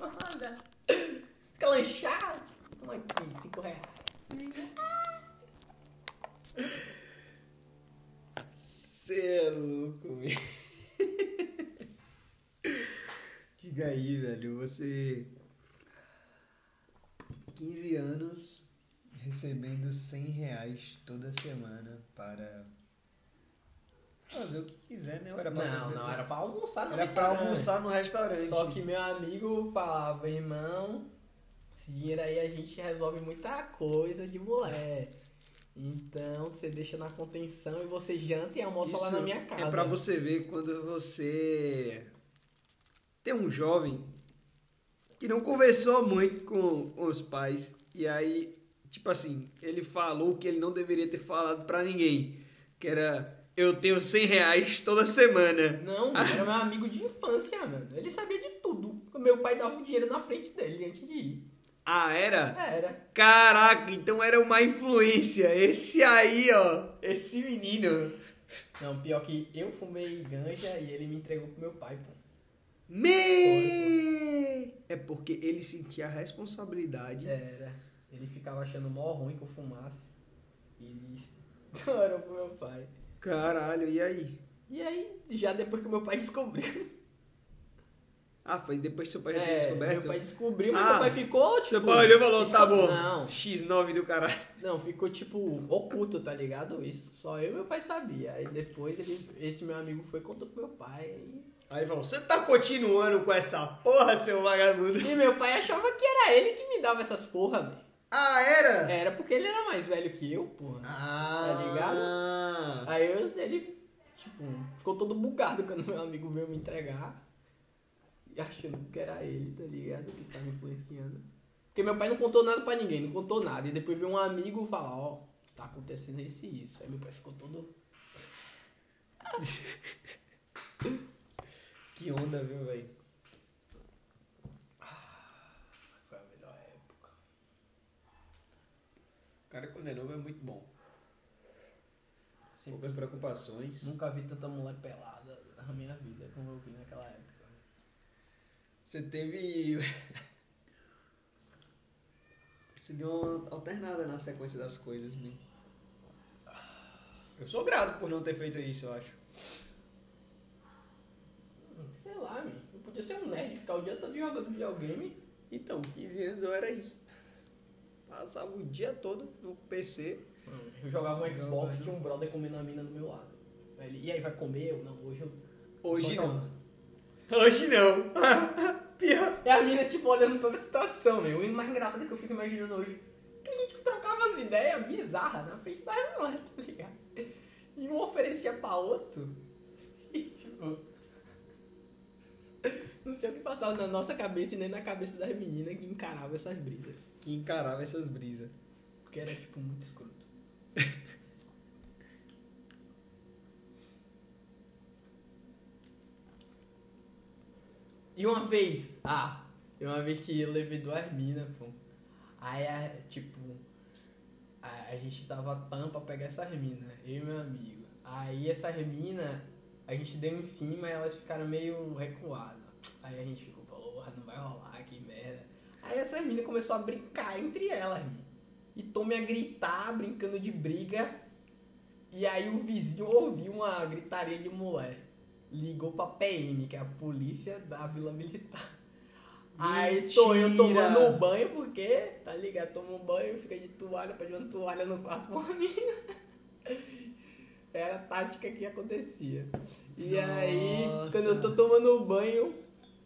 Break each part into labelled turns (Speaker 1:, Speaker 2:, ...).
Speaker 1: lancha. Quer lanchar? Toma aqui, cinco reais. Você é louco, velho. Diga aí, velho. Você. 15 anos recebendo 100 reais toda semana para fazer o que quiser, né? Ou Era pra
Speaker 2: Não,
Speaker 1: sobreviver?
Speaker 2: não, era pra almoçar no
Speaker 1: Era pra
Speaker 2: restaurante.
Speaker 1: almoçar no restaurante.
Speaker 2: Só que meu amigo falava, irmão, esse dinheiro aí a gente resolve muita coisa de mulher. Então você deixa na contenção e você janta e almoça lá
Speaker 1: Isso
Speaker 2: na minha casa.
Speaker 1: É pra você ver quando você tem um jovem que não conversou muito com os pais e aí, tipo assim, ele falou o que ele não deveria ter falado pra ninguém, que era eu tenho 100 reais toda semana.
Speaker 2: Não, era meu amigo de infância, mano. Ele sabia de tudo. Meu pai dava o dinheiro na frente dele antes de ir.
Speaker 1: Ah, era?
Speaker 2: Era.
Speaker 1: Caraca, então era uma influência. Esse aí, ó, esse menino.
Speaker 2: Não, pior que eu fumei ganja e ele me entregou pro meu pai, pô.
Speaker 1: Me! É porque ele sentia a responsabilidade
Speaker 2: Era. Ele ficava achando mó ruim que eu fumasse. E ele estourou pro meu pai.
Speaker 1: Caralho, e aí?
Speaker 2: E aí, já depois que meu pai descobriu.
Speaker 1: Ah, foi depois que seu pai já tinha
Speaker 2: é,
Speaker 1: descoberto?
Speaker 2: meu pai descobriu, mas
Speaker 1: Ah.
Speaker 2: meu pai ficou, tipo.
Speaker 1: Seu pai olhou e falou, tá bom,
Speaker 2: Não,
Speaker 1: X9 do caralho.
Speaker 2: não, ficou tipo oculto, tá ligado? Isso. Só eu e meu pai sabia. Aí depois ele, esse meu amigo foi e contou pro meu pai. E,
Speaker 1: Aí falou, você tá continuando com essa porra, seu vagabundo?
Speaker 2: e meu pai achava que era ele que me dava essas porra, velho.
Speaker 1: Ah, era?
Speaker 2: Era porque ele era mais velho que eu, porra.
Speaker 1: Ah.
Speaker 2: Tá
Speaker 1: ligado?
Speaker 2: Aí eu- ele, tipo, ficou todo bugado quando meu amigo veio me entregar. E achando que era ele, tá ligado? Que tava influenciando. Porque meu pai não contou nada pra ninguém, não contou nada. E depois veio um amigo falar, ó, tá acontecendo isso e isso. Aí meu pai ficou todo.
Speaker 1: Que onda, viu, velho?
Speaker 2: Foi a melhor época.
Speaker 1: O cara quando é novo é muito bom.
Speaker 2: Sempre-
Speaker 1: preocupações.
Speaker 2: Nunca vi tanta moleque pelada na minha vida como eu vi naquela época.
Speaker 1: Você teve... Você deu uma alternada na sequência das coisas, né? Eu sou grato por não ter feito isso, eu acho.
Speaker 2: Sei lá, meu. Eu podia ser um nerd, ficar o dia todo jogando videogame.
Speaker 1: Então, 15 anos eu era isso. Passava o dia todo no PC.
Speaker 2: Eu jogava um Xbox,
Speaker 1: Jogando.
Speaker 2: tinha um brother comendo a mina do meu lado. Aí ele, e aí, vai comer? Eu, não, hoje eu
Speaker 1: Hoje
Speaker 2: Só
Speaker 1: não.
Speaker 2: calma.
Speaker 1: Então, Hoje não. Pior.
Speaker 2: E a mina, tipo, olhando toda a situação, meu. E o mais engraçado é que eu fico imaginando hoje que a gente trocava as ideias bizarras na frente da mulher, tá ligado? E um oferecia pra outro. E, tipo. Não sei o que passava na nossa cabeça e nem na cabeça das meninas que encaravam essas brisas.
Speaker 1: Que encarava essas brisas.
Speaker 2: Porque era, tipo, muito escroto. E uma vez, ah, e uma vez que eu levei duas minas, pô. Aí, a- tipo, a, a gente tava pão pra pegar essas minas, eu e meu amigo. Aí essas minas, a gente deu em cima e elas ficaram meio recuadas. Aí a gente ficou, porra, não vai rolar, que merda. Aí essas minas começou a brincar entre elas, mi. E Tommy a gritar, brincando de briga. E aí o vizinho ouviu uma gritaria de mulher. Ligou pra PM, que é a polícia da Vila Militar. Aí tô eu
Speaker 1: Mentira!
Speaker 2: tomando um banho, porque, tá ligado? Toma um banho, fica de toalha, pede uma toalha no quarto pra uma mina. Era a tática que acontecia. E aí,
Speaker 1: Nossa.
Speaker 2: quando eu tô tomando um banho,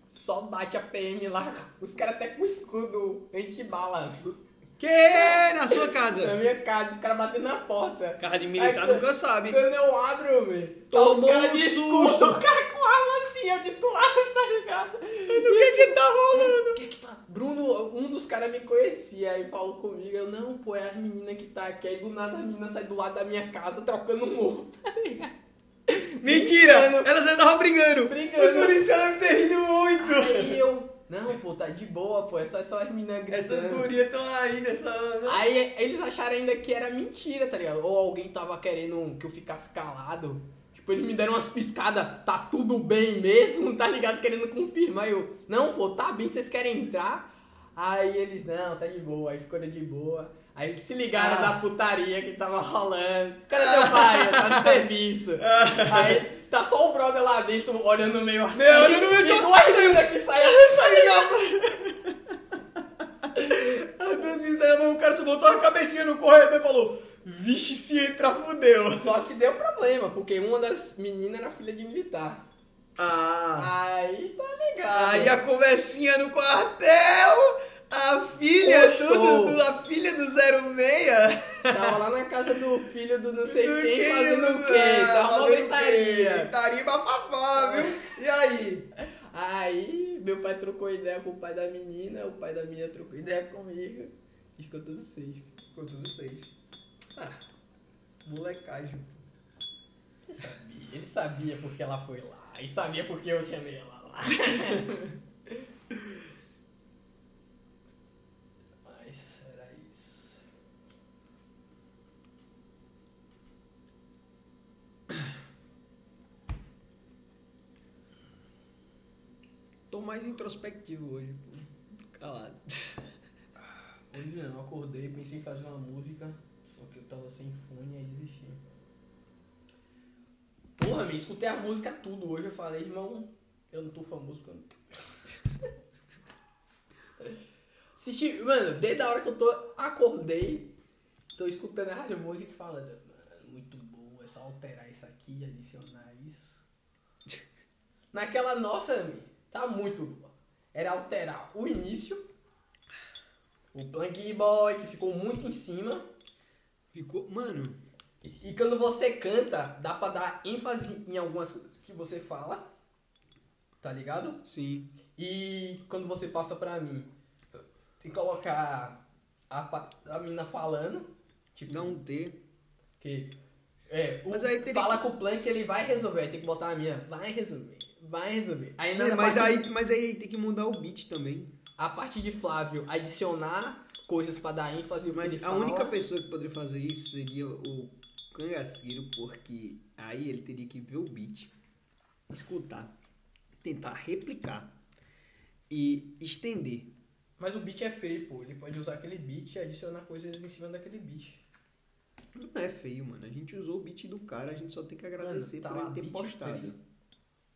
Speaker 2: só bate a PM lá. Os caras até com escudo antibala.
Speaker 1: Que na sua
Speaker 2: Na
Speaker 1: casa?
Speaker 2: minha casa, os caras batendo na porta.
Speaker 1: Casa de militar
Speaker 2: Ai,
Speaker 1: nunca sabe.
Speaker 2: Quando eu abro, velho, tá os
Speaker 1: Tomou
Speaker 2: caras
Speaker 1: um
Speaker 2: de
Speaker 1: susto.
Speaker 2: escudo, o cara com arma assim, eu de toalha, tá ligado?
Speaker 1: O que que tá rolando?
Speaker 2: O que que tá? Bruno, um dos caras me conhecia aí falou comigo. Eu, não, pô, é as meninas que tá aqui. Aí do nada as meninas saem do lado da minha casa trocando morro, tá ligado?
Speaker 1: Mentira! É
Speaker 2: Brincando.
Speaker 1: Elas já estavam brigando.
Speaker 2: Brigando.
Speaker 1: Os policiais devem ter rido muito.
Speaker 2: Aí eu, não, pô, tá de boa, pô, é só só as meninas gritando.
Speaker 1: Essas gurias estão aí nessa...
Speaker 2: Aí eles acharam ainda que era mentira, tá ligado? Ou alguém tava querendo que eu ficasse calado. Tipo, Tipo, eles me deram umas piscadas, tá tudo bem mesmo, tá ligado? Querendo confirmar. Eu, não, pô, tá bem, vocês querem entrar? Aí eles, não, tá de boa, aí ficou de boa. Aí eles se ligaram
Speaker 1: Ah.
Speaker 2: da putaria que tava rolando. Cadê teu pai? tá no serviço. Aí tá só o brother lá dentro olhando meio
Speaker 1: Ah.
Speaker 2: assim.
Speaker 1: Meu, olhando meio
Speaker 2: e
Speaker 1: assim.
Speaker 2: duas minas que saem assim, tá ligado?
Speaker 1: Aí dois meninos saíram, o cara só botou a cabecinha no corredor e falou: Vixe, se entrar, fudeu.
Speaker 2: Só que deu problema, porque uma das meninas era filha de militar.
Speaker 1: Ah.
Speaker 2: Aí tá ligado.
Speaker 1: Aí a conversinha no quartel, a filha
Speaker 2: Gostou.
Speaker 1: do, do- a filha do 06.
Speaker 2: Tava lá na casa do filho do não sei
Speaker 1: Do
Speaker 2: quem
Speaker 1: que,
Speaker 2: fazendo
Speaker 1: do-
Speaker 2: o quê?
Speaker 1: ah,
Speaker 2: Tava uma
Speaker 1: fazendo o quê?
Speaker 2: gritaria.
Speaker 1: Gritaria e bafafá, viu? E aí?
Speaker 2: Aí meu pai trocou ideia com o pai da menina, o pai da menina trocou ideia comigo. E ficou tudo safe.
Speaker 1: Ficou tudo seis. Ah, molecagem.
Speaker 2: Ele sabia, ele sabia porque ela foi lá. E sabia porque eu chamei ela lá. Mas era isso.
Speaker 1: Tô mais introspectivo hoje, pô. Calado.
Speaker 2: Hoje não, eu acordei, pensei em fazer uma música, só que eu tava sem fone e desisti. Porra, me escutei a música tudo hoje, eu falei, irmão, eu não tô famoso quando. Assisti, mano, desde a hora que eu tô, acordei, tô escutando a rádio música e falando, mano, muito bom, é só alterar isso aqui, adicionar isso. Naquela nossa, amigo, tá muito boa. Era alterar o início, o Plank Boy, que ficou muito em cima.
Speaker 1: Ficou. Mano.
Speaker 2: E quando você canta, dá pra dar ênfase em algumas coisas que você fala. Tá ligado?
Speaker 1: Sim.
Speaker 2: E quando você passa pra mim, tem que colocar a, pa- a mina falando. Tipo,
Speaker 1: Dá um T.
Speaker 2: que. É, o-
Speaker 1: Mas aí teria
Speaker 2: fala com o Plank, ele vai resolver. Aí tem que botar a minha, vai resolver, vai resolver. Aí na
Speaker 1: É, mas,
Speaker 2: parte-
Speaker 1: aí, mas aí tem que mudar o beat também.
Speaker 2: a parte de Flávio, adicionar coisas pra dar ênfase. ao que
Speaker 1: Mas
Speaker 2: ele
Speaker 1: a
Speaker 2: fala.
Speaker 1: única pessoa que poderia fazer isso seria o cangaceiro, porque aí ele teria que ver o beat, escutar, tentar replicar e estender.
Speaker 2: Mas o beat é feio, pô. Ele pode usar aquele beat e adicionar coisas em cima daquele beat.
Speaker 1: Não é feio, mano. A gente usou o beat do cara, a gente só tem que agradecer
Speaker 2: Mano, tá
Speaker 1: por
Speaker 2: lá,
Speaker 1: ele ter
Speaker 2: beat
Speaker 1: postado.
Speaker 2: feio.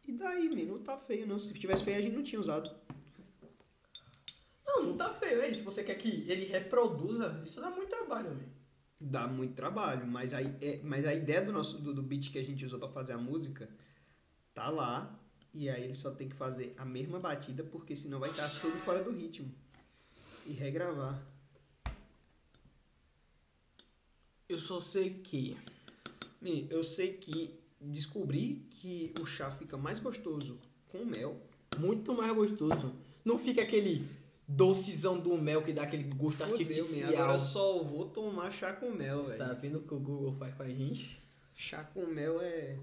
Speaker 1: E daí, menino, não tá feio não. Se tivesse feio, a gente não tinha usado.
Speaker 2: Não, não tá feio, é isso. Você quer que ele reproduza? Isso dá muito trabalho, amigo.
Speaker 1: Dá muito trabalho, mas, aí, é- mas a ideia do nosso do, do beat que a gente usou pra fazer a música tá lá. E aí ele só tem que fazer a mesma batida, porque senão vai estar tudo fora do ritmo. E regravar.
Speaker 2: Eu só sei que.
Speaker 1: Menino, eu sei que descobri que o chá fica mais gostoso com mel.
Speaker 2: Muito mais gostoso. Não fica aquele docezão do mel que dá aquele gosto
Speaker 1: Fudeu, menino.
Speaker 2: artificial.
Speaker 1: Agora eu só vou tomar chá com mel, velho.
Speaker 2: Tá vendo o que o Google faz com a gente?
Speaker 1: Chá com mel é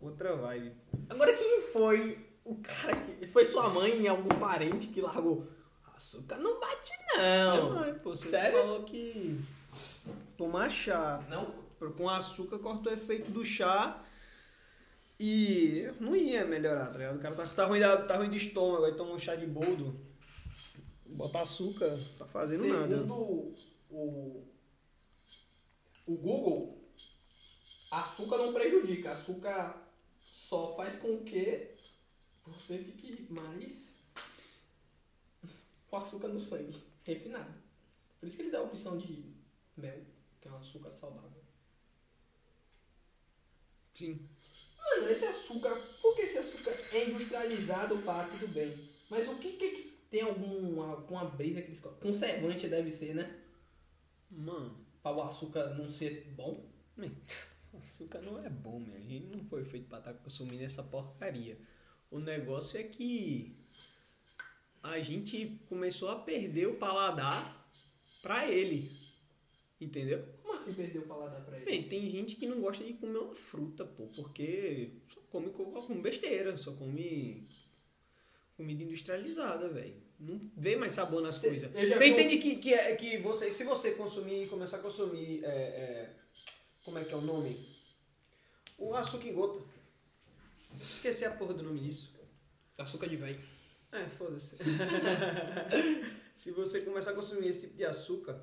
Speaker 1: outra vibe.
Speaker 2: Agora quem foi o cara que. Foi sua mãe, algum parente que largou. Açúcar não bate, não.
Speaker 1: é, pô, você
Speaker 2: Sério?
Speaker 1: falou que tomar chá
Speaker 2: Não,
Speaker 1: com açúcar corta o efeito do chá e não ia melhorar, tá ligado? O cara tá, tá ruim, da- tá ruim de estômago, aí toma um chá de boldo, bota açúcar, tá fazendo nada.
Speaker 2: Segundo o, o Google, açúcar não prejudica. Açúcar só faz com que você fique mais com açúcar no sangue, refinado. Por isso que ele dá a opção de mel, que é um açúcar saudável.
Speaker 1: Sim.
Speaker 2: Mano, esse açúcar, por que esse açúcar é industrializado, pá, tudo bem. Mas o que que, que tem algum, alguma brisa que eles colocam? Conservante deve ser, né?
Speaker 1: Mano,
Speaker 2: Pra o açúcar não ser bom.
Speaker 1: açúcar não é bom, minha gente. Não foi feito pra estar consumindo essa porcaria. O negócio é que a gente começou a perder o paladar pra ele. Entendeu?
Speaker 2: Como assim perdeu o paladar pra ele?
Speaker 1: Bem, tem gente que não gosta de comer uma fruta, pô, porque só come, co- só come besteira, só come comida industrializada, velho. Não vê mais sabor nas
Speaker 2: Cê-
Speaker 1: coisas.
Speaker 2: eu já
Speaker 1: Você
Speaker 2: vi um-
Speaker 1: entende que, que, é, que você, se você consumir, começar a consumir, é, é, como é que é o nome? O açúcar em gota. Esqueci a porra do nome disso.
Speaker 2: Açúcar de velho.
Speaker 1: É, foda-se. Se você começar a consumir esse tipo de açúcar,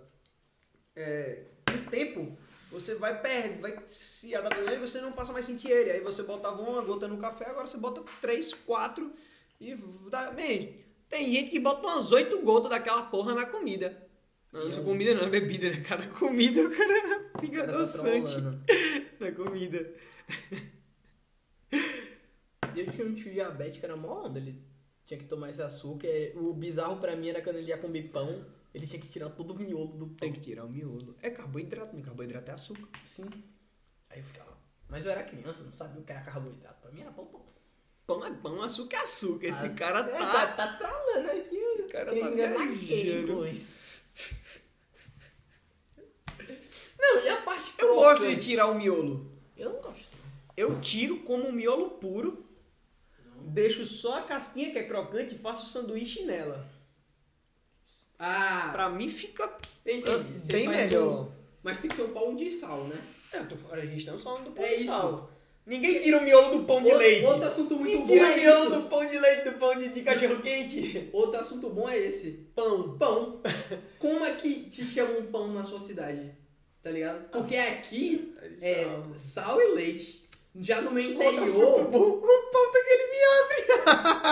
Speaker 1: é, com o tempo você vai perder, vai se adaptando e você não passa mais a sentir ele. Aí você botava uma gota no café, agora você bota três, quatro e dá. Man, tem gente que bota umas oito gotas daquela porra na comida. Não, na
Speaker 2: Eu-
Speaker 1: comida não, na bebida, né? Cada comida o cara fica
Speaker 3: Cara, tá
Speaker 1: adoçante
Speaker 3: trolando.
Speaker 1: na comida.
Speaker 3: Eu tinha um tio diabético, que era mó onda, ele tinha que tomar esse açúcar. e O bizarro pra mim era quando ele ia comer pão, ele tinha que tirar todo o miolo do pão.
Speaker 1: Tem que tirar o miolo. É carboidrato, meu carboidrato é açúcar.
Speaker 3: Sim. Aí eu ficava. Mas eu era criança, eu não sabia o que era carboidrato. Pra mim era pão, pão.
Speaker 1: Pão é pão, açúcar é açúcar. Esse
Speaker 3: Mas-
Speaker 1: cara
Speaker 3: É,
Speaker 1: tá
Speaker 3: tá trolando aqui. Esse
Speaker 1: cara
Speaker 3: quem
Speaker 1: tá
Speaker 3: engana
Speaker 1: viajando.
Speaker 3: quem, pois. Não, e a parte
Speaker 1: Eu gosto de
Speaker 3: crocante?
Speaker 1: tirar o miolo.
Speaker 3: Eu não gosto.
Speaker 1: Eu tiro como um miolo puro, deixo só a casquinha que é crocante e faço sanduíche nela.
Speaker 2: Ah,
Speaker 1: Pra mim fica
Speaker 2: entendi. Você
Speaker 1: Ah, bem
Speaker 2: faz
Speaker 1: melhor.
Speaker 2: com- Mas tem que ser um pão de sal, né?
Speaker 1: É, eu tô- a gente tá falando do pão
Speaker 2: É
Speaker 1: de
Speaker 2: isso.
Speaker 1: sal. Ninguém tira o miolo do pão de
Speaker 2: Outro-
Speaker 1: leite.
Speaker 2: Outro assunto muito
Speaker 1: Ninguém
Speaker 2: bom.
Speaker 1: tira o
Speaker 2: é
Speaker 1: miolo
Speaker 2: esse.
Speaker 1: do pão de leite do pão de, de cachorro quente.
Speaker 2: Outro assunto bom é esse.
Speaker 1: Pão.
Speaker 2: Pão. Como é que te chamam pão na sua cidade? Tá ligado? Porque aqui é
Speaker 1: Sal.
Speaker 2: sal e leite. Já no meu
Speaker 1: Outro assunto
Speaker 2: interior.
Speaker 1: bom. O pão daquele miolo.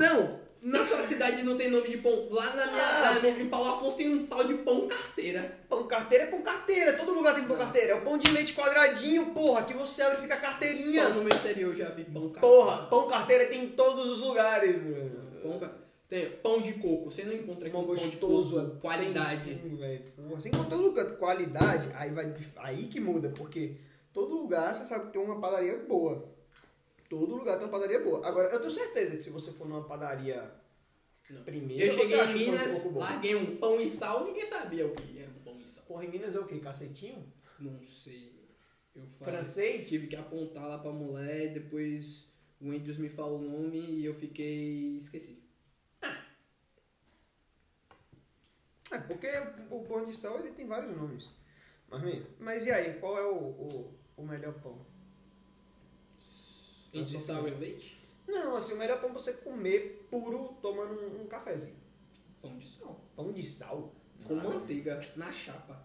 Speaker 2: Não! Na sua cidade não tem nome de pão. Lá na minha.
Speaker 1: Ah.
Speaker 2: na minha- em Paulo Afonso tem um tal de pão carteira.
Speaker 1: Pão carteira é pão carteira. Todo lugar tem pão
Speaker 2: Não.
Speaker 1: carteira. É o pão de leite quadradinho, porra, que você abre e fica carteirinha.
Speaker 2: Só no meu interior eu já vi pão carteira.
Speaker 1: Porra, pão carteira tem em todos os lugares, mano.
Speaker 2: Pão ca- Tem pão de coco. Você não encontra aqui um
Speaker 1: Pão
Speaker 2: pão de
Speaker 1: gostoso, é
Speaker 2: coco, qualidade.
Speaker 1: Sim, velho. Você encontrou lugar qualidade, aí vai aí que muda, porque todo lugar você sabe que tem uma padaria boa. Todo lugar tem uma padaria boa. Agora, eu tenho certeza que se você for numa padaria
Speaker 2: Não.
Speaker 1: primeira,
Speaker 2: Eu
Speaker 1: você
Speaker 2: cheguei
Speaker 1: acha
Speaker 2: em
Speaker 1: um pão de
Speaker 2: Minas,
Speaker 1: coco bom.
Speaker 2: larguei um pão e sal, ninguém sabia o que era um pão e sal.
Speaker 1: Porra, em Minas é o quê? Cacetinho?
Speaker 2: Não sei. Eu falei.
Speaker 1: Francês?
Speaker 2: Tive que apontar lá pra mulher, depois o Andrews me falou o nome e eu fiquei. esqueci.
Speaker 1: É, porque o pão de sal ele tem vários nomes. Mas, men, mas e aí, qual é o, o, o melhor pão? Eu
Speaker 2: Entre
Speaker 1: sou
Speaker 2: sal e
Speaker 1: feliz.
Speaker 2: leite?
Speaker 1: Não, assim, o melhor pão é você comer puro tomando um, um cafezinho.
Speaker 2: Pão de sal.
Speaker 1: Pão de sal?
Speaker 2: Com
Speaker 1: Nada.
Speaker 2: manteiga na chapa.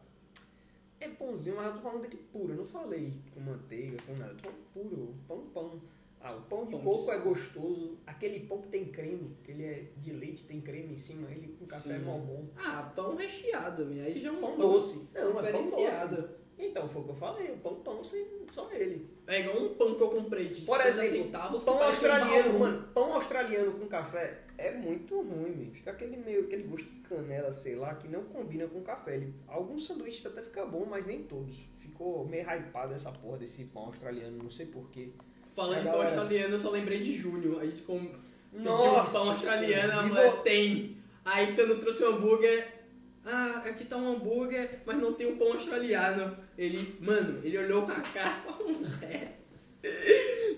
Speaker 1: É pãozinho, mas eu tô falando daqui puro. Eu não falei com manteiga, com nada. Eu tô falando puro, pão, pão. Ah, o pão de
Speaker 2: Pão de
Speaker 1: coco é
Speaker 2: sal.
Speaker 1: gostoso. Aquele pão que tem creme, que ele é de leite, tem creme em cima, ele com café é
Speaker 2: Sim.
Speaker 1: mó bom.
Speaker 2: Ah, pão recheado, minha. Aí já é um
Speaker 1: Pão doce. Não, é pão doce.
Speaker 2: diferenciado.
Speaker 1: Então, foi o que eu falei. O pão, pão, sem, só ele.
Speaker 2: É igual um pão que eu comprei de
Speaker 1: Por
Speaker 2: 50
Speaker 1: exemplo,
Speaker 2: centavos. que
Speaker 1: Pão
Speaker 2: parece um
Speaker 1: australiano,
Speaker 2: baú.
Speaker 1: mano. Pão australiano com café é muito ruim, meu. Fica aquele meio, aquele gosto de canela, sei lá, que não combina com café. Ele- alguns sanduíches até fica bom, mas nem todos. Ficou meio hypado essa porra desse pão australiano, não sei porquê.
Speaker 2: Falando
Speaker 1: A
Speaker 2: em pão
Speaker 1: galera-
Speaker 2: australiano, eu só lembrei de Júnior. A gente com...
Speaker 1: Nossa!
Speaker 2: pediu um pão australiano, a
Speaker 1: E
Speaker 2: mulher
Speaker 1: vo-
Speaker 2: tem. Aí quando trouxe o hambúrguer, ah, aqui tá um hambúrguer, mas não tem um pão australiano. Ele, mano, ele olhou pra cara pra mulher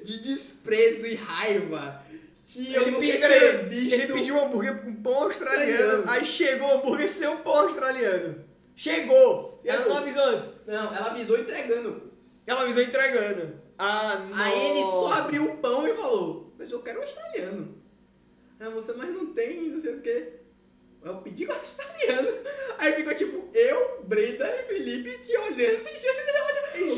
Speaker 2: de desprezo e raiva. Que eu
Speaker 1: Ele,
Speaker 2: nunca
Speaker 1: pediu,
Speaker 2: tinha
Speaker 1: ele,
Speaker 2: visto.
Speaker 1: ele pediu um hambúrguer com pão australiano.
Speaker 2: Australiano.
Speaker 1: Aí chegou o hambúrguer sem o pão australiano. Chegou! Ela
Speaker 2: Chegou.
Speaker 1: não avisou antes.
Speaker 2: Não, ela avisou entregando.
Speaker 1: Ela avisou um entregando. Ah, não.
Speaker 2: Aí ele só abriu o pão e falou, mas eu quero um australiano. Aí você, mas não tem, não sei o quê. Eu pedi com australiano. Aí ficou tipo, eu, Brenda e Felipe te olhando,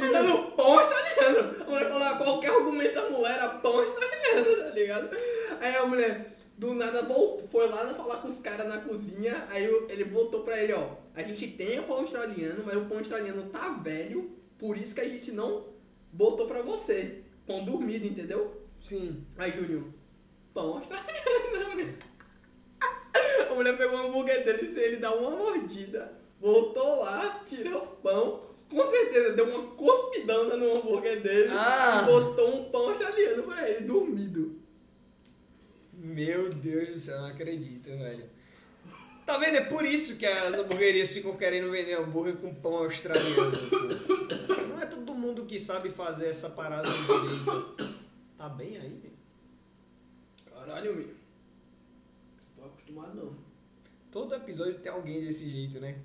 Speaker 2: olhando pão australiano. A mulher falou, "Ah, qualquer argumento da mulher era pão australiano, tá ligado? Aí a mulher, do nada, voltou, foi lá falar com os caras na cozinha, aí o- ele voltou pra ele, ó, a gente tem o pão australiano, mas o pão australiano tá velho, por isso que a gente não botou pra você. Pão dormido, entendeu?
Speaker 1: Sim.
Speaker 2: Aí, Júnior, pão australiano. né, A mulher pegou o hambúrguer dele sem ele dar uma mordida. Voltou lá, tirou o pão. Com certeza deu uma cuspidanda no hambúrguer dele
Speaker 1: Ah.
Speaker 2: e botou um pão australiano pra ele, dormido.
Speaker 1: Meu Deus do céu, não acredito, velho. Tá vendo? É por isso que as hamburguerias ficam querendo vender hambúrguer com pão australiano. pô. não é todo mundo que sabe fazer essa parada direito. Tá bem aí, velho?
Speaker 2: Caralho, meu. Não tô acostumado não.
Speaker 1: Todo episódio tem alguém desse jeito, né?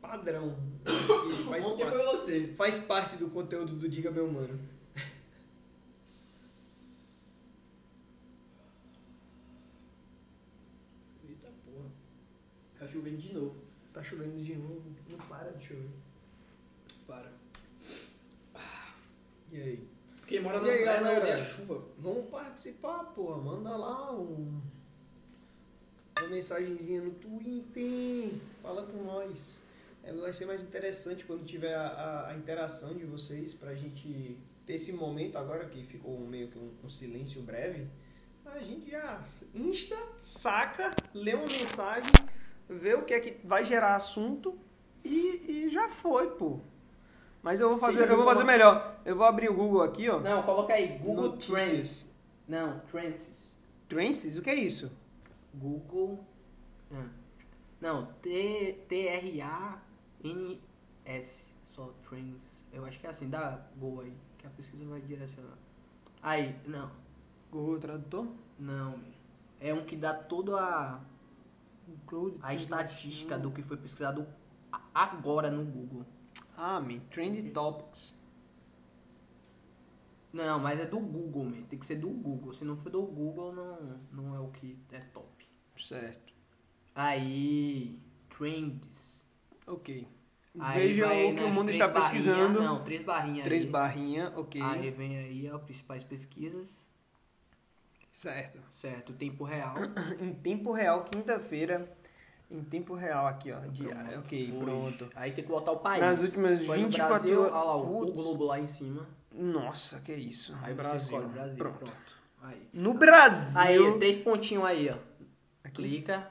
Speaker 1: Padrão. Que faz,
Speaker 2: Ontem
Speaker 1: pa-
Speaker 2: foi você.
Speaker 1: faz parte do conteúdo do Diga Meu Mano.
Speaker 2: Eita porra. Tá chovendo de novo.
Speaker 1: Tá chovendo de novo, não para de chover.
Speaker 2: Para.
Speaker 1: E aí?
Speaker 2: Quem mora na
Speaker 1: E aí,
Speaker 2: praia não
Speaker 1: galera?
Speaker 2: odeia a chuva.
Speaker 1: Vamos participar, porra. Manda lá um, uma mensagenzinha no Twitter. Fala com nós. É, vai ser mais interessante quando tiver a, a- a interação de vocês pra gente ter esse momento agora que ficou meio que um, um silêncio breve. A gente já insta, saca, lê uma mensagem, vê o que é que vai gerar assunto e, e já foi, pô. Mas eu vou fazer,
Speaker 3: Sim,
Speaker 1: eu vou
Speaker 3: vamos
Speaker 1: fazer
Speaker 3: lá.
Speaker 1: melhor. Eu vou abrir o Google aqui, ó.
Speaker 3: Não, coloca aí, Google Trends.
Speaker 1: Notícias.
Speaker 3: Não, Trends.
Speaker 1: Trances? O que é isso?
Speaker 3: Google. Ah. Não, T-R-A-N-S. Só Trends. Eu acho que é assim, dá Go aí, que a pesquisa vai direcionar. Aí, não,
Speaker 1: Google Tradutor?
Speaker 3: não. É um que dá toda a,
Speaker 1: Cloud
Speaker 3: a tá estatística do que foi pesquisado a- agora no Google.
Speaker 1: Ah, me Trend Topics.
Speaker 3: Não, mas é do Google, man. tem que ser do Google. Se não for do Google, não, não é o que é top.
Speaker 1: Certo.
Speaker 3: Aí, Trends.
Speaker 1: Ok.
Speaker 3: Aí
Speaker 1: Veja
Speaker 3: vai
Speaker 1: o que o
Speaker 3: nas
Speaker 1: mundo
Speaker 3: três
Speaker 1: está
Speaker 3: barrinhas-
Speaker 1: pesquisando.
Speaker 3: não, três barrinhas.
Speaker 1: Três
Speaker 3: aí.
Speaker 1: barrinha, ok.
Speaker 3: Aí vem aí as principais pesquisas,
Speaker 1: Certo.
Speaker 3: certo? Tempo real.
Speaker 1: Em tempo real, quinta-feira. Em tempo real aqui, ó. de-
Speaker 3: é Pronto.
Speaker 1: ok,
Speaker 3: Hoje.
Speaker 1: pronto.
Speaker 3: Aí tem que botar o país.
Speaker 1: Nas últimas
Speaker 3: Foi no
Speaker 1: 24
Speaker 3: Brasil, olha lá, o
Speaker 1: Putz.
Speaker 3: globo lá em cima.
Speaker 1: Nossa, que isso.
Speaker 3: Aí você
Speaker 1: Brasil.
Speaker 3: escolhe Brasil.
Speaker 1: Pronto.
Speaker 3: Pronto. Aí.
Speaker 1: No Brasil.
Speaker 3: Aí, três pontinhos aí, ó.
Speaker 1: Aqui.
Speaker 3: Clica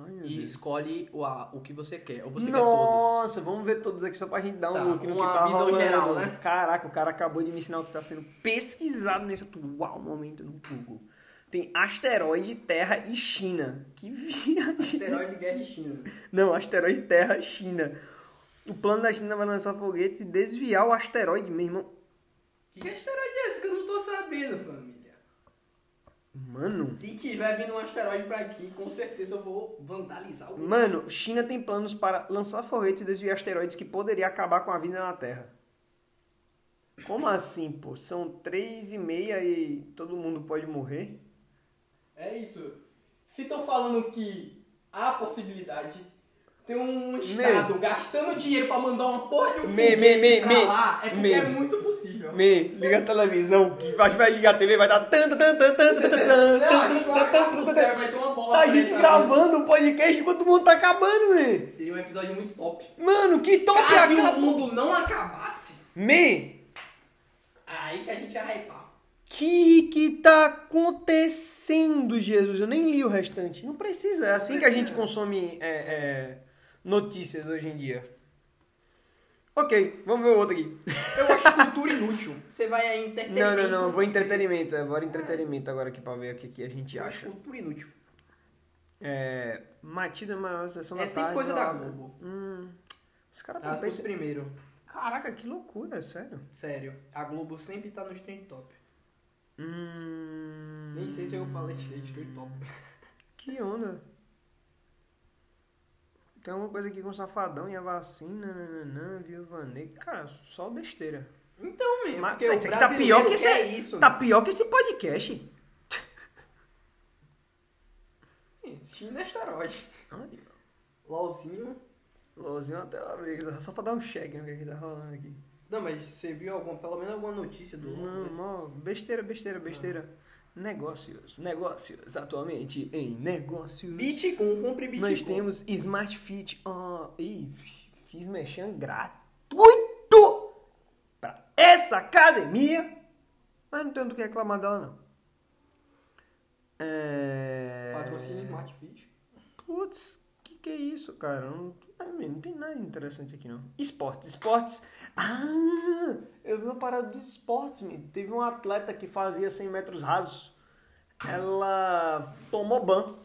Speaker 1: Ai, meu
Speaker 3: e
Speaker 1: Deus.
Speaker 3: escolhe o, a- o que você quer. Ou você quer todos.
Speaker 1: Nossa, vamos ver todos aqui só pra gente dar um
Speaker 3: Tá,
Speaker 1: look no que
Speaker 3: uma
Speaker 1: tá
Speaker 3: visão
Speaker 1: rolando.
Speaker 3: geral, né?
Speaker 1: Caraca, o cara acabou de me ensinar o que tá sendo pesquisado nesse atual momento no Google. Tem asteroide, terra e China. Que viagem.
Speaker 3: Asteroide Guerra e China.
Speaker 1: Não, asteroide, terra, China. O plano da China vai lançar foguete e desviar o asteroide, meu irmão.
Speaker 2: Que asteroide é esse que eu não tô sabendo, família?
Speaker 1: Mano.
Speaker 2: Se tiver vindo um asteroide pra aqui, com certeza eu vou vandalizar o.
Speaker 1: Mano, China tem planos para lançar foguetes e desviar asteroides que poderia acabar com a vida na Terra. Como assim, pô? São três e meia e todo mundo pode morrer?
Speaker 2: É isso. Se estão falando que há possibilidade, tem um
Speaker 1: estado
Speaker 2: gastando dinheiro pra mandar uma porra de
Speaker 1: um Me, me, me, foguete pra me. lá, é porque Me. é
Speaker 2: muito possível.
Speaker 1: Me, liga a televisão, que acho que vai ligar a TV, vai dar tan, tan, tan, tan, tan, tan, tan, tan, tan, tan, tan.
Speaker 2: vai ter uma bola.
Speaker 1: Tá a gente gravando o podcast enquanto o mundo tá acabando, né?
Speaker 2: Seria um episódio muito top.
Speaker 1: Mano, que top
Speaker 2: Caso o
Speaker 1: acabou.
Speaker 2: mundo não acabasse,
Speaker 1: Me,
Speaker 2: aí que a gente ia hypar.
Speaker 1: que que tá acontecendo, Jesus? Eu nem li o restante. Não precisa, é assim que a gente consome é, é, notícias hoje em dia. Ok, vamos ver o outro aqui.
Speaker 3: Eu acho cultura inútil. Você vai aí em
Speaker 1: Não,
Speaker 3: entretenimento.
Speaker 1: não, não, vou entretenimento, é, bora entretenimento agora aqui pra ver o que, que a gente
Speaker 3: Eu acho
Speaker 1: acha.
Speaker 3: cultura inútil.
Speaker 1: É. Matilda maior sessão
Speaker 3: É
Speaker 1: da
Speaker 3: sempre
Speaker 1: tarde.
Speaker 3: coisa da
Speaker 1: lá.
Speaker 3: Globo.
Speaker 1: Hum. Os caras
Speaker 3: Ah,
Speaker 1: tão
Speaker 3: os
Speaker 1: pensando.
Speaker 3: primeiro.
Speaker 1: Caraca, que loucura, sério.
Speaker 3: Sério. A Globo sempre tá nos trend top.
Speaker 1: Hum.
Speaker 3: Nem sei se eu falei direito, trend top.
Speaker 1: Que onda. Tem alguma coisa aqui com safadão e a vacina, nananã, viúva negra. Cara, só besteira.
Speaker 3: Então, mesmo.
Speaker 1: Mas
Speaker 3: Porque
Speaker 1: tá-
Speaker 3: o
Speaker 1: isso aqui tá
Speaker 3: brasileiro
Speaker 1: pior que esse-
Speaker 3: quer isso.
Speaker 1: Tá pior que esse podcast.
Speaker 3: né? China é asteroide.
Speaker 1: Ai,
Speaker 3: LOLzinho.
Speaker 1: Lozinho até lá, briga, só pra dar um check no que, que tá rolando aqui.
Speaker 3: Não, mas você viu alguma, pelo menos alguma notícia do LOL?
Speaker 1: Não,
Speaker 3: né? Ah.
Speaker 1: mó besteira, besteira, besteira. Negócios, negócios, atualmente em negócios.
Speaker 3: Bitcoin, compre Bitcoin.
Speaker 1: Nós temos Smart Fit. ó, ih, fiz mexendo gratuito pra essa academia. Mas não tenho do que reclamar dela, não. É...
Speaker 3: Patrocínio Smartfit.
Speaker 1: Putz, que que é isso, cara? Não, ai, meu, não tem nada interessante aqui, não. Esportes, esportes. Ah, eu vi uma parada dos esportes, meu. Teve um atleta que fazia 100 metros rasos. Ela tomou ban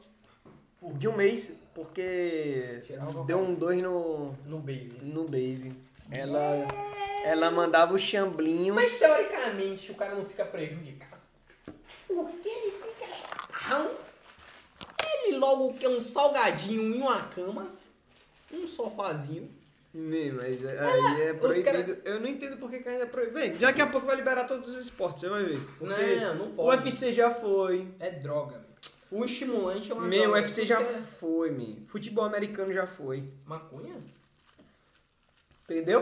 Speaker 1: de um mês, porque
Speaker 3: Geral,
Speaker 1: deu um dois no,
Speaker 3: No né? Bailey.
Speaker 1: no base. Ela, ela mandava os chamblinhos.
Speaker 3: Mas teoricamente o cara não fica prejudicado. Porque ele fica loucão. Ele logo quer um salgadinho em uma cama, um sofazinho.
Speaker 1: Sim, mas aí é
Speaker 3: os
Speaker 1: proibido.
Speaker 3: cara-
Speaker 1: Eu não entendo porque que ainda é proibido. Vem, daqui a pouco vai liberar todos os esportes, você vai ver. Porque
Speaker 3: Não, não
Speaker 1: o
Speaker 3: pode.
Speaker 1: UFC já foi,
Speaker 3: É droga, meu. O estimulante é uma
Speaker 1: Meu,
Speaker 3: droga,
Speaker 1: UFC
Speaker 3: tudo
Speaker 1: já
Speaker 3: que é
Speaker 1: foi, meu. Futebol americano já foi.
Speaker 3: Maconha?
Speaker 1: Entendeu?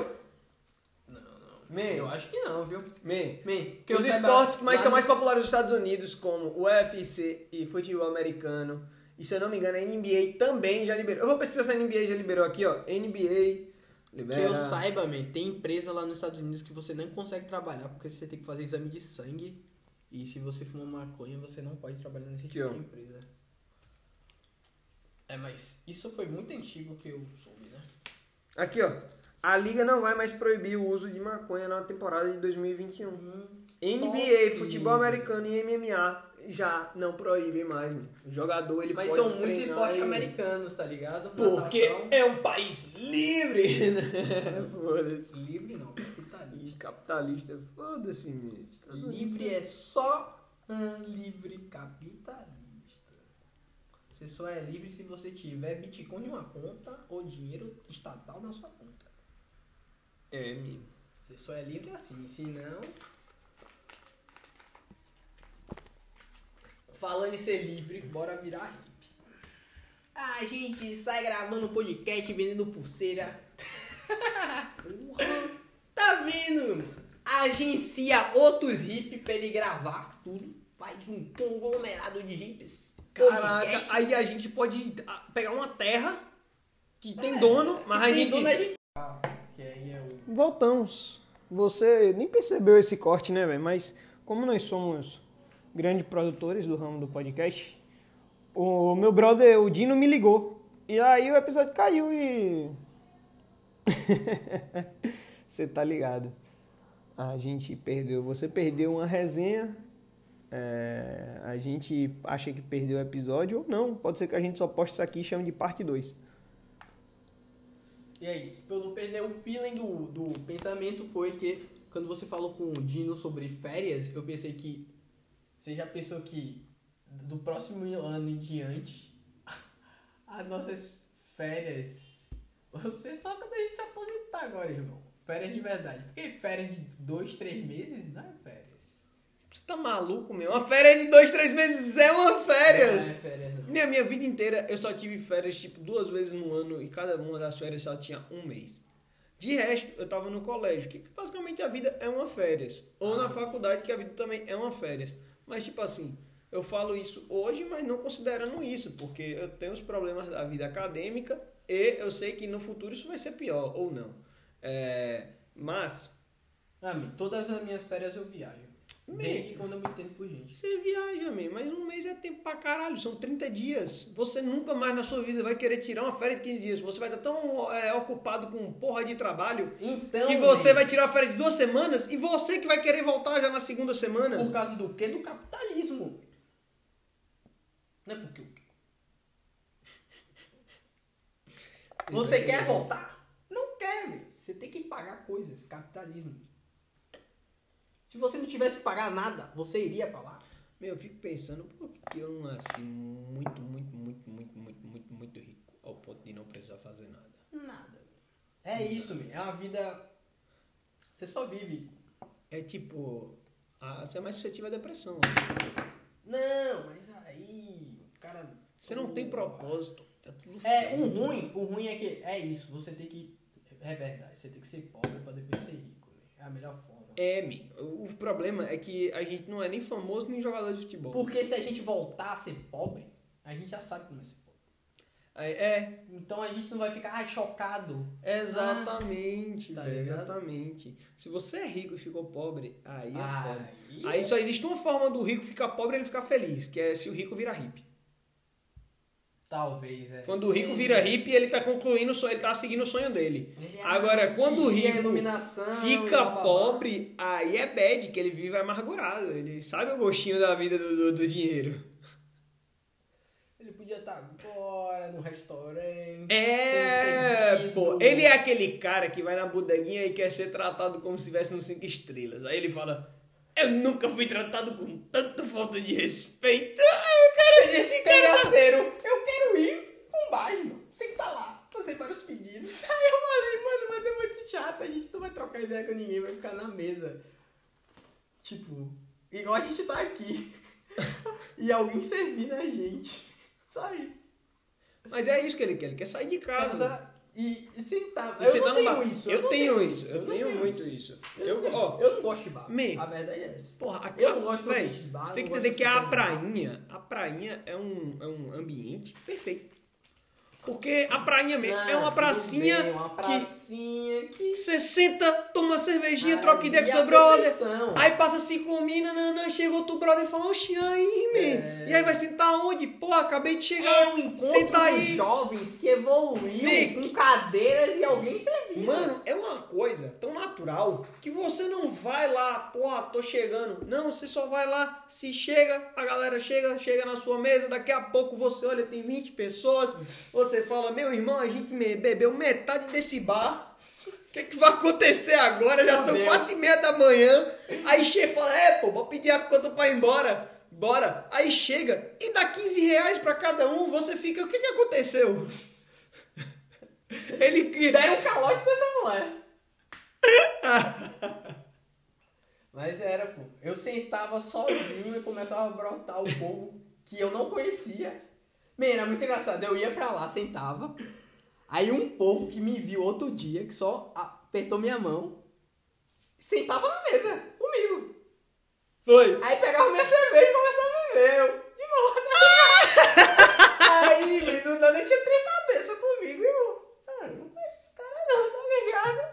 Speaker 3: Não, não.
Speaker 1: Man.
Speaker 3: Eu acho que não, viu?
Speaker 1: Man,
Speaker 3: Man, É. que eu
Speaker 1: os
Speaker 3: saiba,
Speaker 1: esportes que mais
Speaker 3: lá
Speaker 1: são
Speaker 3: no-
Speaker 1: mais populares nos Estados Unidos, como o UFC e futebol americano, e se eu não me engano, a NBA também já liberou. Eu vou pesquisar se a NBA já liberou aqui, ó. NBA
Speaker 3: Que
Speaker 1: libera.
Speaker 3: eu saiba, man, tem empresa lá nos Estados Unidos que você não consegue trabalhar porque você tem que fazer exame de sangue. E se você fuma maconha, você não pode trabalhar nesse
Speaker 1: Que
Speaker 3: tipo
Speaker 1: ó.
Speaker 3: de empresa. É, mas isso foi muito antigo que eu soube, né?
Speaker 1: Aqui, ó. A liga não vai mais proibir o uso de maconha na temporada de 2021. NBA,
Speaker 3: Top.
Speaker 1: futebol americano e MMA já não proíbem mais. meu. O jogador ele
Speaker 3: Mas
Speaker 1: pode
Speaker 3: são muitos
Speaker 1: treinar
Speaker 3: esportes
Speaker 1: e-
Speaker 3: americanos, tá ligado?
Speaker 1: Porque
Speaker 3: Natação.
Speaker 1: é um país livre, né? Foda-se.
Speaker 3: Livre não, capitalista.
Speaker 1: E Capitalista, foda-se, meu. Estados Unidos
Speaker 3: Livre é só um livre capitalista. Você só é livre se você tiver Bitcoin em uma conta ou dinheiro estatal na sua conta.
Speaker 1: É, meu.
Speaker 3: Você só é livre assim, se não. Falando em ser livre, bora virar hippie. A gente sai gravando podcast vendendo pulseira. Porra. Tá vendo? Agencia outros hippies pra ele gravar tudo. Faz um conglomerado de hippies.
Speaker 1: Caraca,
Speaker 3: podcasts.
Speaker 1: aí a gente pode ah, pegar uma terra que tem
Speaker 3: É,
Speaker 1: dono, mas a
Speaker 3: Tem
Speaker 1: gente.
Speaker 3: dono, a gente... Que aí é o...
Speaker 1: Voltamos. Você nem percebeu esse corte, né, velho? Mas como nós somos grandes produtores do ramo do podcast, o meu brother, o Dino, me ligou. E aí o episódio caiu e. Você tá ligado. A gente perdeu. Você perdeu uma resenha. É, a gente acha que perdeu o episódio ou não. Pode ser que a gente só poste isso aqui e chame de parte 2.
Speaker 3: E é isso. Pra eu não perder o feeling do, do pensamento foi que quando você falou com o Dino sobre férias, eu pensei que você já pensou que do próximo ano em diante as nossas férias você só quando a gente se aposentar agora, irmão. Férias de verdade. Porque férias de dois, três meses não é férias.
Speaker 1: Você tá maluco, meu? Uma férias de dois, três meses é uma férias!
Speaker 3: Não é férias, não.
Speaker 1: Minha, minha vida inteira eu só tive férias, tipo, duas vezes no ano e cada uma das férias só tinha um mês. De resto, eu tava no colégio, que basicamente a vida é uma férias. Ou na faculdade, que a vida também é uma férias. Mas, tipo assim, eu falo isso hoje, mas não considerando isso, porque eu tenho os problemas da vida acadêmica e eu sei que no futuro isso vai ser pior, ou não. É, mas,
Speaker 3: Ah, meu, todas as minhas férias eu viajo. Desde quando eu me entendo por gente.
Speaker 1: Você viaja, meu, mas um mês é tempo pra caralho, são 30 dias. Você nunca mais na sua vida vai querer tirar uma férias de 15 dias. Você vai estar tão é, ocupado com porra de trabalho
Speaker 3: Então.
Speaker 1: que você
Speaker 3: man,
Speaker 1: vai tirar a férias de duas semanas e você que vai querer voltar já na segunda semana.
Speaker 3: Por causa do quê? Do capitalismo. Não é porque o quê? Você quer voltar? Não quer, meu. Você tem que pagar coisas. Capitalismo. Se você não tivesse que pagar nada, você iria pra lá.
Speaker 1: Meu, eu fico pensando, por que que eu não nasci muito, muito, muito, muito, muito, muito, muito rico ao ponto de não precisar fazer nada?
Speaker 3: Nada. É isso, meu. É uma vida. Você só vive.
Speaker 1: É tipo, ah, você é mais suscetível à depressão. né?
Speaker 3: Não, mas aí. O cara.
Speaker 1: Você não tem propósito. É, tudo
Speaker 3: É,
Speaker 1: frio.
Speaker 3: o ruim, o ruim é que é isso, você tem que. É verdade, você tem que ser pobre pra depois ser rico, né? É a melhor forma.
Speaker 1: É, mi. O problema é que a gente não é nem famoso nem jogador de futebol.
Speaker 3: Porque se a gente voltar a ser pobre, a gente já sabe como é ser pobre.
Speaker 1: É,
Speaker 3: Então a gente não vai ficar ah, chocado.
Speaker 1: é, exatamente,
Speaker 3: Ah, tá
Speaker 1: velho.
Speaker 3: ligado?
Speaker 1: Exatamente. Se você é rico e ficou pobre, aí é
Speaker 3: Ah,
Speaker 1: foda.
Speaker 3: Aí,
Speaker 1: Aí só existe uma forma do rico ficar pobre e ele ficar feliz, que é se o rico vira hippie.
Speaker 3: talvez, é.
Speaker 1: Quando o rico vira hippie, ele tá concluindo, o sonho- ele tá seguindo o sonho dele.
Speaker 3: Ele
Speaker 1: Agora, quando o
Speaker 3: atinge a
Speaker 1: rico
Speaker 3: iluminação, e blá, blá,
Speaker 1: Fica
Speaker 3: blá.
Speaker 1: pobre, aí é bad, que ele vive amargurado. Ele sabe o gostinho da vida do, do- do dinheiro.
Speaker 3: Ele podia estar agora no restaurante.
Speaker 1: É,
Speaker 3: sendo servido.
Speaker 1: pô, ele é aquele cara que vai na bodeguinha e quer ser tratado como se estivesse nos cinco estrelas. Aí ele fala, eu nunca fui tratado com tanta falta de respeito. Ah, cara,
Speaker 3: É
Speaker 1: esse cara...
Speaker 3: Cangaceiro, um eu quero ir com o bairro, mano. Senta lá, fazer vários pedidos. Aí eu falei, mano, mas é muito chato, a gente não vai trocar ideia com ninguém, vai ficar na mesa. Tipo, igual a gente tá aqui. e alguém servindo a gente. Só isso.
Speaker 1: Mas é isso que ele quer, ele quer sair de casa.
Speaker 3: Casa e, e sentar.
Speaker 1: Você
Speaker 3: eu não
Speaker 1: tá no
Speaker 3: tenho
Speaker 1: bar.
Speaker 3: isso.
Speaker 1: Eu,
Speaker 3: não
Speaker 1: tenho, isso, eu, tenho, muito isso. Eu,
Speaker 3: Eu,
Speaker 1: ó,
Speaker 3: eu não gosto de bar.
Speaker 1: Man.
Speaker 3: A verdade é essa.
Speaker 1: Porra, aqui,
Speaker 3: Eu não gosto de
Speaker 1: véi,
Speaker 3: ambiente de bar,
Speaker 1: Você tem
Speaker 3: não
Speaker 1: que
Speaker 3: gosto
Speaker 1: entender que
Speaker 3: de
Speaker 1: a
Speaker 3: socializar.
Speaker 1: prainha, a prainha é um, é um ambiente perfeito. Porque a prainha mesmo é
Speaker 3: Ah,
Speaker 1: uma
Speaker 3: tudo
Speaker 1: pracinha,
Speaker 3: bem, uma pracinha que.
Speaker 1: que você senta, toma uma cervejinha,
Speaker 3: Ah,
Speaker 1: troca ideia com
Speaker 3: e a
Speaker 1: seu brother.
Speaker 3: perfeição.
Speaker 1: Aí passa assim cinco minas, nanã, chega outro brother e fala, oxi, aí, man. E aí vai sentar onde? Pô, acabei de chegar.
Speaker 3: É um encontro
Speaker 1: Senta
Speaker 3: dos
Speaker 1: aí.
Speaker 3: jovens que evoluíram
Speaker 1: Nick.
Speaker 3: com cadeiras e alguém servindo.
Speaker 1: Mano, é uma coisa tão natural que você não vai lá, porra, tô chegando. Não, você só vai lá, se chega, a galera chega, chega na sua mesa, daqui a pouco você olha, tem 20 pessoas, você fala, meu irmão, a gente me- bebeu metade desse bar. O que, que vai acontecer agora? Já são
Speaker 3: Meu.
Speaker 1: quatro e meia da manhã. Aí chega e fala, é, pô, vou pedir a conta pra ir embora. Bora. Aí chega e dá 15 reais pra cada um. Você fica, o que, que aconteceu? Ele...
Speaker 3: Deram um calote nessa mulher. Mas era, pô. Eu sentava sozinho e começava a brotar o povo que eu não conhecia. Man, era muito engraçado. Eu ia pra lá, sentava. Aí um povo que me viu outro dia, que só apertou minha mão, s- sentava na mesa comigo.
Speaker 1: Foi.
Speaker 3: Aí pegava minha cerveja e começava a beber. Eu, de boa. Aí, menino, do nada tinha três cabeças comigo. E eu, cara, eu não conheço esses caras não, tá ligado?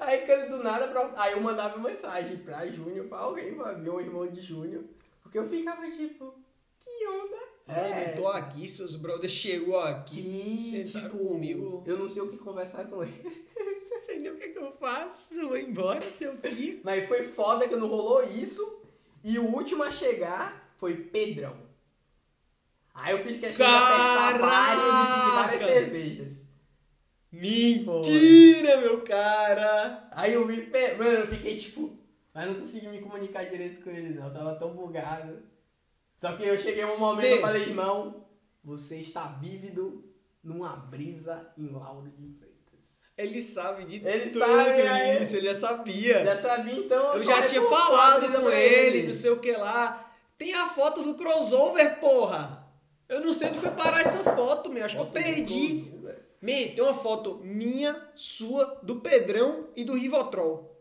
Speaker 3: Aí, quando do nada, pra- aí eu mandava mensagem pra Júnior, pra alguém, pra meu irmão de Júnior. Porque eu ficava tipo, que onda
Speaker 1: Mano,
Speaker 3: é
Speaker 1: eu tô
Speaker 3: essa?
Speaker 1: aqui, seus brothers chegou aqui.
Speaker 3: Que,
Speaker 1: sentaram
Speaker 3: tipo,
Speaker 1: comigo.
Speaker 3: eu não sei o que conversar com ele.
Speaker 1: Você entendeu o que, que eu faço? Eu Vou embora, seu filho.
Speaker 3: Mas foi foda que não rolou isso. E o último a chegar foi Pedrão. Aí eu fiz questão de apertar várias e pedir
Speaker 1: Caraca!
Speaker 3: várias cervejas.
Speaker 1: Mentira, meu cara!
Speaker 3: Aí eu me. pe- Mano, eu fiquei tipo. Mas não consegui me comunicar direito com ele, não. Eu tava tão bugado. Só que eu cheguei um momento e
Speaker 1: Meu.
Speaker 3: eu falei, irmão, você está vívido numa brisa em Lauro de Freitas.
Speaker 1: Ele sabe de
Speaker 3: Ele
Speaker 1: tudo
Speaker 3: sabe, é.
Speaker 1: isso, ele já sabia.
Speaker 3: Já sabia então.
Speaker 1: eu
Speaker 3: só
Speaker 1: já tinha
Speaker 3: reforçou a
Speaker 1: falado
Speaker 3: brisa
Speaker 1: com
Speaker 3: pra
Speaker 1: ele, não sei o que lá. Tem a foto do crossover, porra! Eu não sei onde foi parar essa foto, meu. Acho que eu perdi. Man, tem uma foto minha, sua, do Pedrão e do Rivotrol.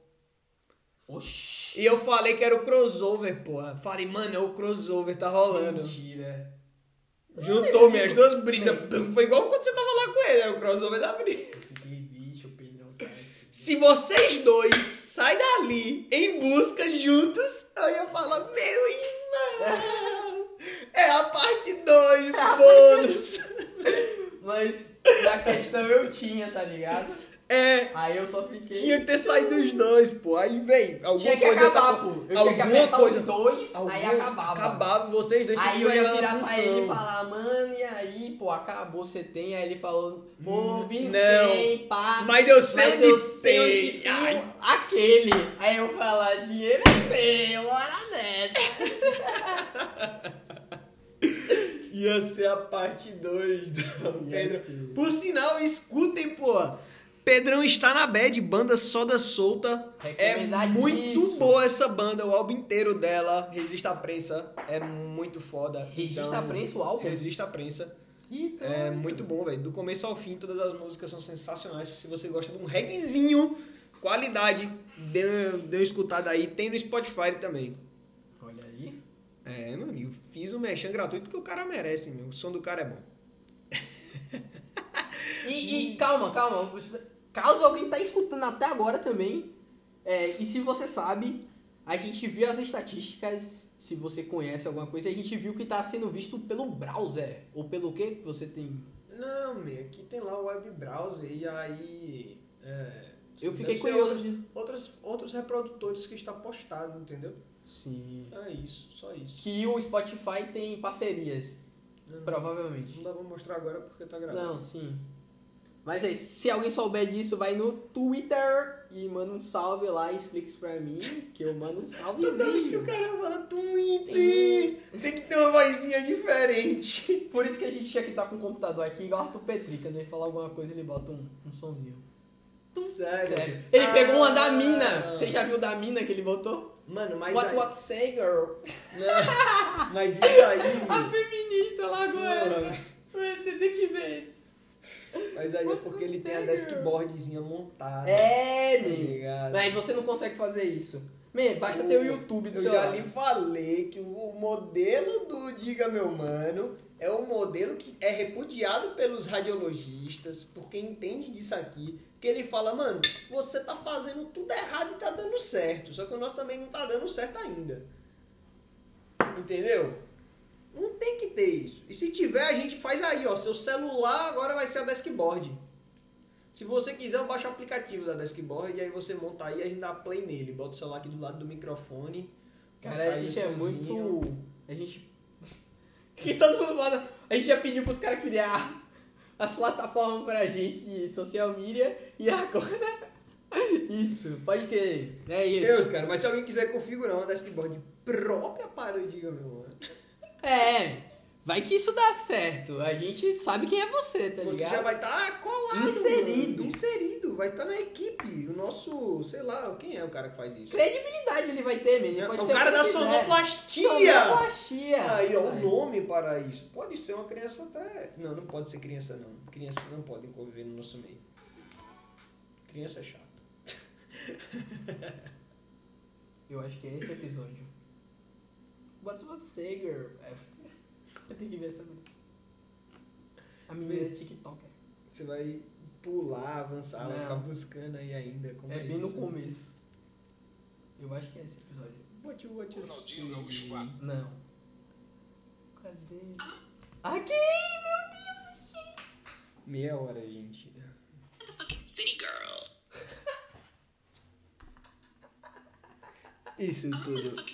Speaker 3: Oxi.
Speaker 1: E eu falei que era o crossover, porra. Falei, mano, é o crossover, tá rolando.
Speaker 3: Mentira.
Speaker 1: Juntou minhas duas brisas. Foi igual quando você tava lá com ele, é o crossover da brisa.
Speaker 3: Eu fiquei, bicho, o Pedrão cara.
Speaker 1: Se vocês dois saem dali em busca juntos, eu ia falar, meu irmão, é a parte 2, bônus.
Speaker 3: Mas na questão eu tinha, tá ligado?
Speaker 1: É,
Speaker 3: Aí eu só fiquei.
Speaker 1: tinha que ter saído os dois, pô. Aí, véi, alguma
Speaker 3: Tinha que
Speaker 1: coisa...
Speaker 3: acabar,
Speaker 1: tá-
Speaker 3: pô. Eu tinha que
Speaker 1: alguma
Speaker 3: apertar
Speaker 1: coisa-
Speaker 3: os dois, aí
Speaker 1: alguma-
Speaker 3: acabava.
Speaker 1: Acabava, vocês dois tinham
Speaker 3: Aí
Speaker 1: que
Speaker 3: eu
Speaker 1: sair
Speaker 3: ia
Speaker 1: lá na
Speaker 3: virar pra
Speaker 1: função.
Speaker 3: ele e falar, mano, e aí, pô, acabou, você tem? Aí ele falou, pô, vim
Speaker 1: Hum, não.
Speaker 3: sem, pá.
Speaker 1: Mas eu sei onde
Speaker 3: eu sei
Speaker 1: tem.
Speaker 3: onde tem
Speaker 1: Ai.
Speaker 3: aquele. Aí eu falar, dinheiro é teu, hora dessa.
Speaker 1: Ia ser a parte 2 do Pedro.
Speaker 3: ser.
Speaker 1: Por sinal, escutem, pô. Pedrão está na bad, banda Soda Solta. É
Speaker 3: Recomendadíssimo.
Speaker 1: muito boa essa banda, o álbum inteiro dela. Resista à prensa, é muito foda.
Speaker 3: Regista
Speaker 1: Então,
Speaker 3: a prensa o álbum.
Speaker 1: Resista à prensa.
Speaker 3: Que doido.
Speaker 1: É muito bom, velho. Do começo ao fim, todas as músicas são sensacionais. Se você gosta de um reggaezinho, qualidade, deu, deu escutada aí. Tem no Spotify também.
Speaker 3: Olha aí.
Speaker 1: É, meu amigo, fiz um merchan gratuito porque o cara merece, meu. O som do cara é bom.
Speaker 3: E, e calma, calma. Caso alguém tá escutando até agora também, é, e se você sabe, a gente viu as estatísticas, se você conhece alguma coisa, a gente viu que tá sendo visto pelo browser. Ou pelo que que você tem.
Speaker 1: Não, meu, aqui tem lá o web browser e aí. é,
Speaker 3: Eu fiquei
Speaker 1: deve ser
Speaker 3: curioso. de-
Speaker 1: Outros, outros reprodutores que está postado, entendeu?
Speaker 3: Sim.
Speaker 1: É isso, só isso.
Speaker 3: Que o Spotify tem parcerias,
Speaker 1: Não,
Speaker 3: provavelmente.
Speaker 1: não dá pra mostrar agora porque tá gravando.
Speaker 3: Não, sim. Mas aí, se alguém souber disso, vai no Twitter e manda um salve lá e explica isso pra mim, que eu mando um salve.
Speaker 1: Toda vez que o cara fala Twitter, tem que ter uma vozinha diferente.
Speaker 3: Por isso que a gente tinha que estar com o computador aqui, igual Arthur Petri, quando ele fala alguma coisa, ele bota um, um sonzinho.
Speaker 1: Sério.
Speaker 3: Sério. Ele pegou uma da mina.
Speaker 1: É, Ah.
Speaker 3: Você já viu da mina que ele botou?
Speaker 1: Mano, mas.
Speaker 3: What
Speaker 1: aí-
Speaker 3: what say, girl?
Speaker 1: Não, mas isso aí.
Speaker 3: A
Speaker 1: mano,
Speaker 3: feminista largou essa.
Speaker 1: mano,
Speaker 3: Mano, você tem que ver isso.
Speaker 1: mas aí é
Speaker 3: What
Speaker 1: porque ele
Speaker 3: the
Speaker 1: tem a
Speaker 3: hell?
Speaker 1: deskboardzinha montada.
Speaker 3: É,
Speaker 1: tá
Speaker 3: menino.
Speaker 1: ligado?
Speaker 3: Mas você não consegue fazer isso. Man, basta ter o YouTube do
Speaker 1: Eu
Speaker 3: seu
Speaker 1: já
Speaker 3: lado.
Speaker 1: lhe falei que o modelo do Diga Meu Mano é um modelo que é repudiado pelos radiologistas, por quem entende disso aqui, que ele fala, mano, você tá fazendo tudo errado e tá dando certo, só que o nosso também não tá dando certo ainda. Entendeu? Não tem que ter isso. E se tiver, a gente faz aí, ó. Seu celular agora vai ser a deskboard. Se você quiser, eu baixo o aplicativo da deskboard e aí você monta aí e a gente dá play nele. Bota o celular aqui do lado do microfone.
Speaker 3: Cara,
Speaker 1: passa
Speaker 3: a
Speaker 1: aí o
Speaker 3: gente é
Speaker 1: somzinho.
Speaker 3: muito. A gente. Que todo mundo manda. A gente já pediu pros caras criar as plataformas pra gente de social media e agora. Isso, pode querer. É isso.
Speaker 1: Deus, cara, mas se alguém quiser configurar uma deskboard própria para o Diga Meu Mano,
Speaker 3: Tá É, vai que isso dá certo. A gente sabe quem é você, tá
Speaker 1: você
Speaker 3: ligado?
Speaker 1: já vai estar colado.
Speaker 3: Inserido.
Speaker 1: mano. Inserido, vai estar na equipe. O nosso, sei lá, quem é o cara que faz isso?
Speaker 3: Credibilidade ele vai ter, menino. Pode
Speaker 1: é o
Speaker 3: ser
Speaker 1: cara
Speaker 3: que
Speaker 1: da
Speaker 3: quiser.
Speaker 1: sonoplastia.
Speaker 3: Sonoplastia.
Speaker 1: É, Aí, ó, o nome para isso. Pode ser uma criança até. Não, não pode ser criança, não. Crianças não podem conviver no nosso meio. Criança é chata.
Speaker 3: Eu acho que é esse episódio. What would say, girl? É, Você tem que ver essa música. A menina é TikToker.
Speaker 1: Você vai pular, avançar, vai
Speaker 3: Não.
Speaker 1: ficar buscando aí ainda. Como
Speaker 3: É bem no
Speaker 1: isso?
Speaker 3: começo. Eu acho que é esse episódio.
Speaker 1: What you, what you
Speaker 4: Ronaldinho
Speaker 1: see?
Speaker 4: Gaúcho vá.
Speaker 3: Não. Cadê? Ah, Aqui, meu Deus!
Speaker 1: Meia hora, gente.
Speaker 3: É.
Speaker 1: Isso tudo.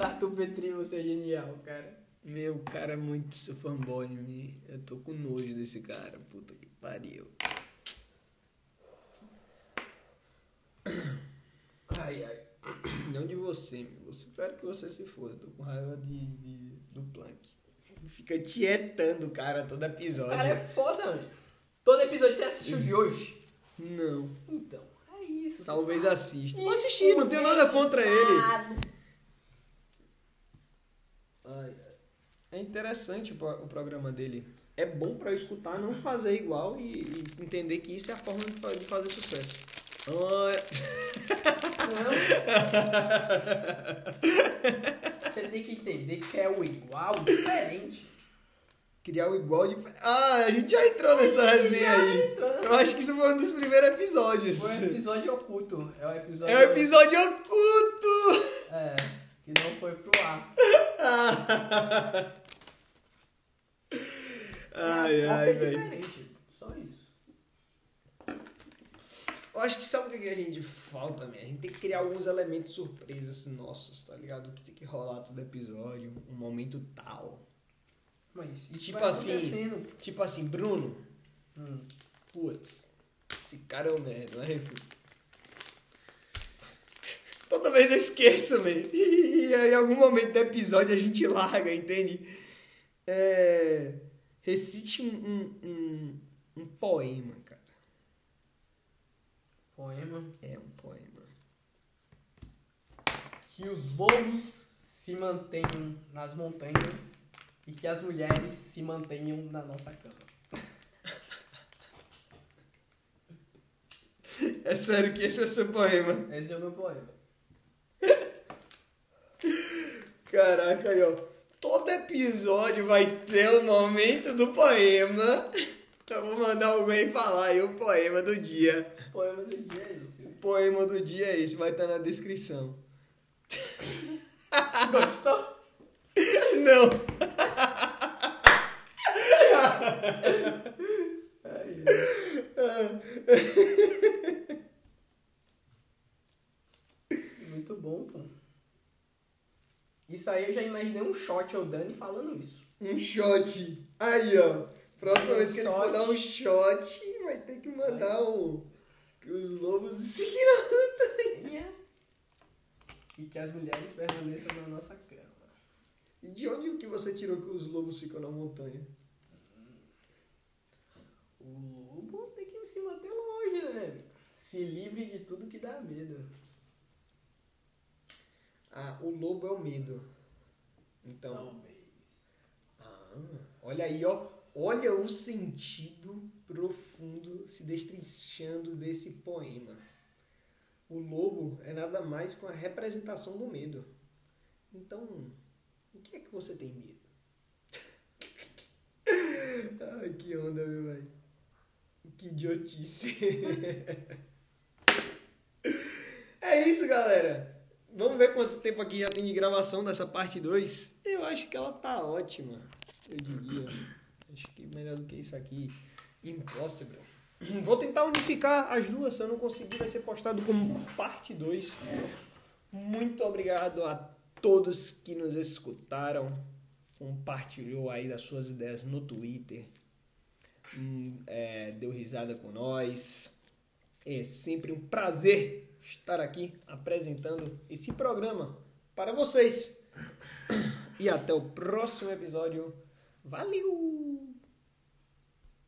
Speaker 3: Arthur Petri, você é genial, cara.
Speaker 5: Meu, cara é muito seu fanboy em mim. Eu tô com nojo desse cara, puta que pariu.
Speaker 3: Ai, ai.
Speaker 1: Não de você, meu. Eu espero que você se foda. Tô com raiva de, de- do Plank. Fica tietando o cara todo
Speaker 3: O
Speaker 1: episódio.
Speaker 3: cara é foda, mano. Todo episódio você assistiu de hoje.
Speaker 1: Não.
Speaker 3: Então, é isso.
Speaker 1: Talvez assista.
Speaker 3: Isso,
Speaker 1: Vou assistir, não tenho nada contra
Speaker 3: Ah,
Speaker 1: ele.
Speaker 3: Ai, ai.
Speaker 1: É interessante o pro- o programa dele. É bom pra eu escutar, não fazer igual e, e entender que isso é a forma de fa- de fazer sucesso. Ah,
Speaker 3: Não. Você tem que entender que é o igual diferente.
Speaker 1: criar o igual de. Ah, a gente já entrou nessa resenha aí. Eu acho que isso foi um dos primeiros episódios.
Speaker 3: Foi um episódio oculto. É o episódio.
Speaker 1: É o episódio oculto!
Speaker 3: É, que não foi pro ar.
Speaker 1: Ai,
Speaker 3: é,
Speaker 1: ai,
Speaker 3: é
Speaker 1: velho.
Speaker 3: diferente. Só isso.
Speaker 1: Eu acho que sabe o que a gente falta, né? A gente tem que criar alguns elementos surpresas nossos, tá ligado? Que tem que rolar todo episódio, um momento tal.
Speaker 3: Mas isso
Speaker 1: Tipo
Speaker 3: vai
Speaker 1: assim.
Speaker 3: acontecendo.
Speaker 1: Tipo assim, Bruno,
Speaker 3: Hum.
Speaker 1: putz, esse cara é um merda, né? filho? Toda vez eu esqueço, velho. E aí, em algum momento do episódio a gente larga, entende? É... Recite um, um, um, um poema, cara.
Speaker 3: Poema.
Speaker 1: É um poema.
Speaker 3: Que os lobos se mantenham nas montanhas e que as mulheres se mantenham na nossa cama.
Speaker 1: É sério que esse é seu poema.
Speaker 3: Esse é o meu poema.
Speaker 1: Caraca, aí, ó. Todo episódio vai ter o momento do poema. Eu vou mandar alguém falar aí o poema do dia.
Speaker 3: Poema do dia é esse.
Speaker 1: O poema do dia é esse, vai estar na descrição.
Speaker 3: Gostou?
Speaker 1: Não.
Speaker 3: Muito bom, pô. Isso aí eu já imaginei um shot eu dando e falando isso.
Speaker 1: Um shot. Aí, ó. Próxima
Speaker 3: Um
Speaker 1: vez que ele for
Speaker 3: shot.
Speaker 1: dar um shot, vai ter que mandar o. Que os lobos seguiram a montanha.
Speaker 3: E que as mulheres permaneçam na nossa cama.
Speaker 1: E de onde que você tirou que os lobos ficam na montanha?
Speaker 3: O lobo tem que se manter longe, né?
Speaker 2: Se livre de tudo que dá medo.
Speaker 1: Ah, o lobo é o medo. Então,
Speaker 2: Talvez.
Speaker 1: ah, olha aí, ó. Olha o sentido profundo se destrinchando desse poema. O lobo é nada mais que uma representação do medo. Então, o que é que você tem medo? Ai, que onda, meu velho. Que idiotice. é isso, galera. Vamos ver quanto tempo aqui já tem de gravação dessa parte 2. Eu acho que ela tá ótima, eu diria. Acho que melhor do que isso aqui. Impossible. Vou tentar unificar as duas. Se eu não conseguir, vai ser postado como parte 2. Muito obrigado a todos que nos escutaram. Compartilhou aí das suas ideias no Twitter. Hum, é, deu risada com nós. É sempre um prazer estar aqui apresentando esse programa para vocês. E até o próximo episódio. Valeu!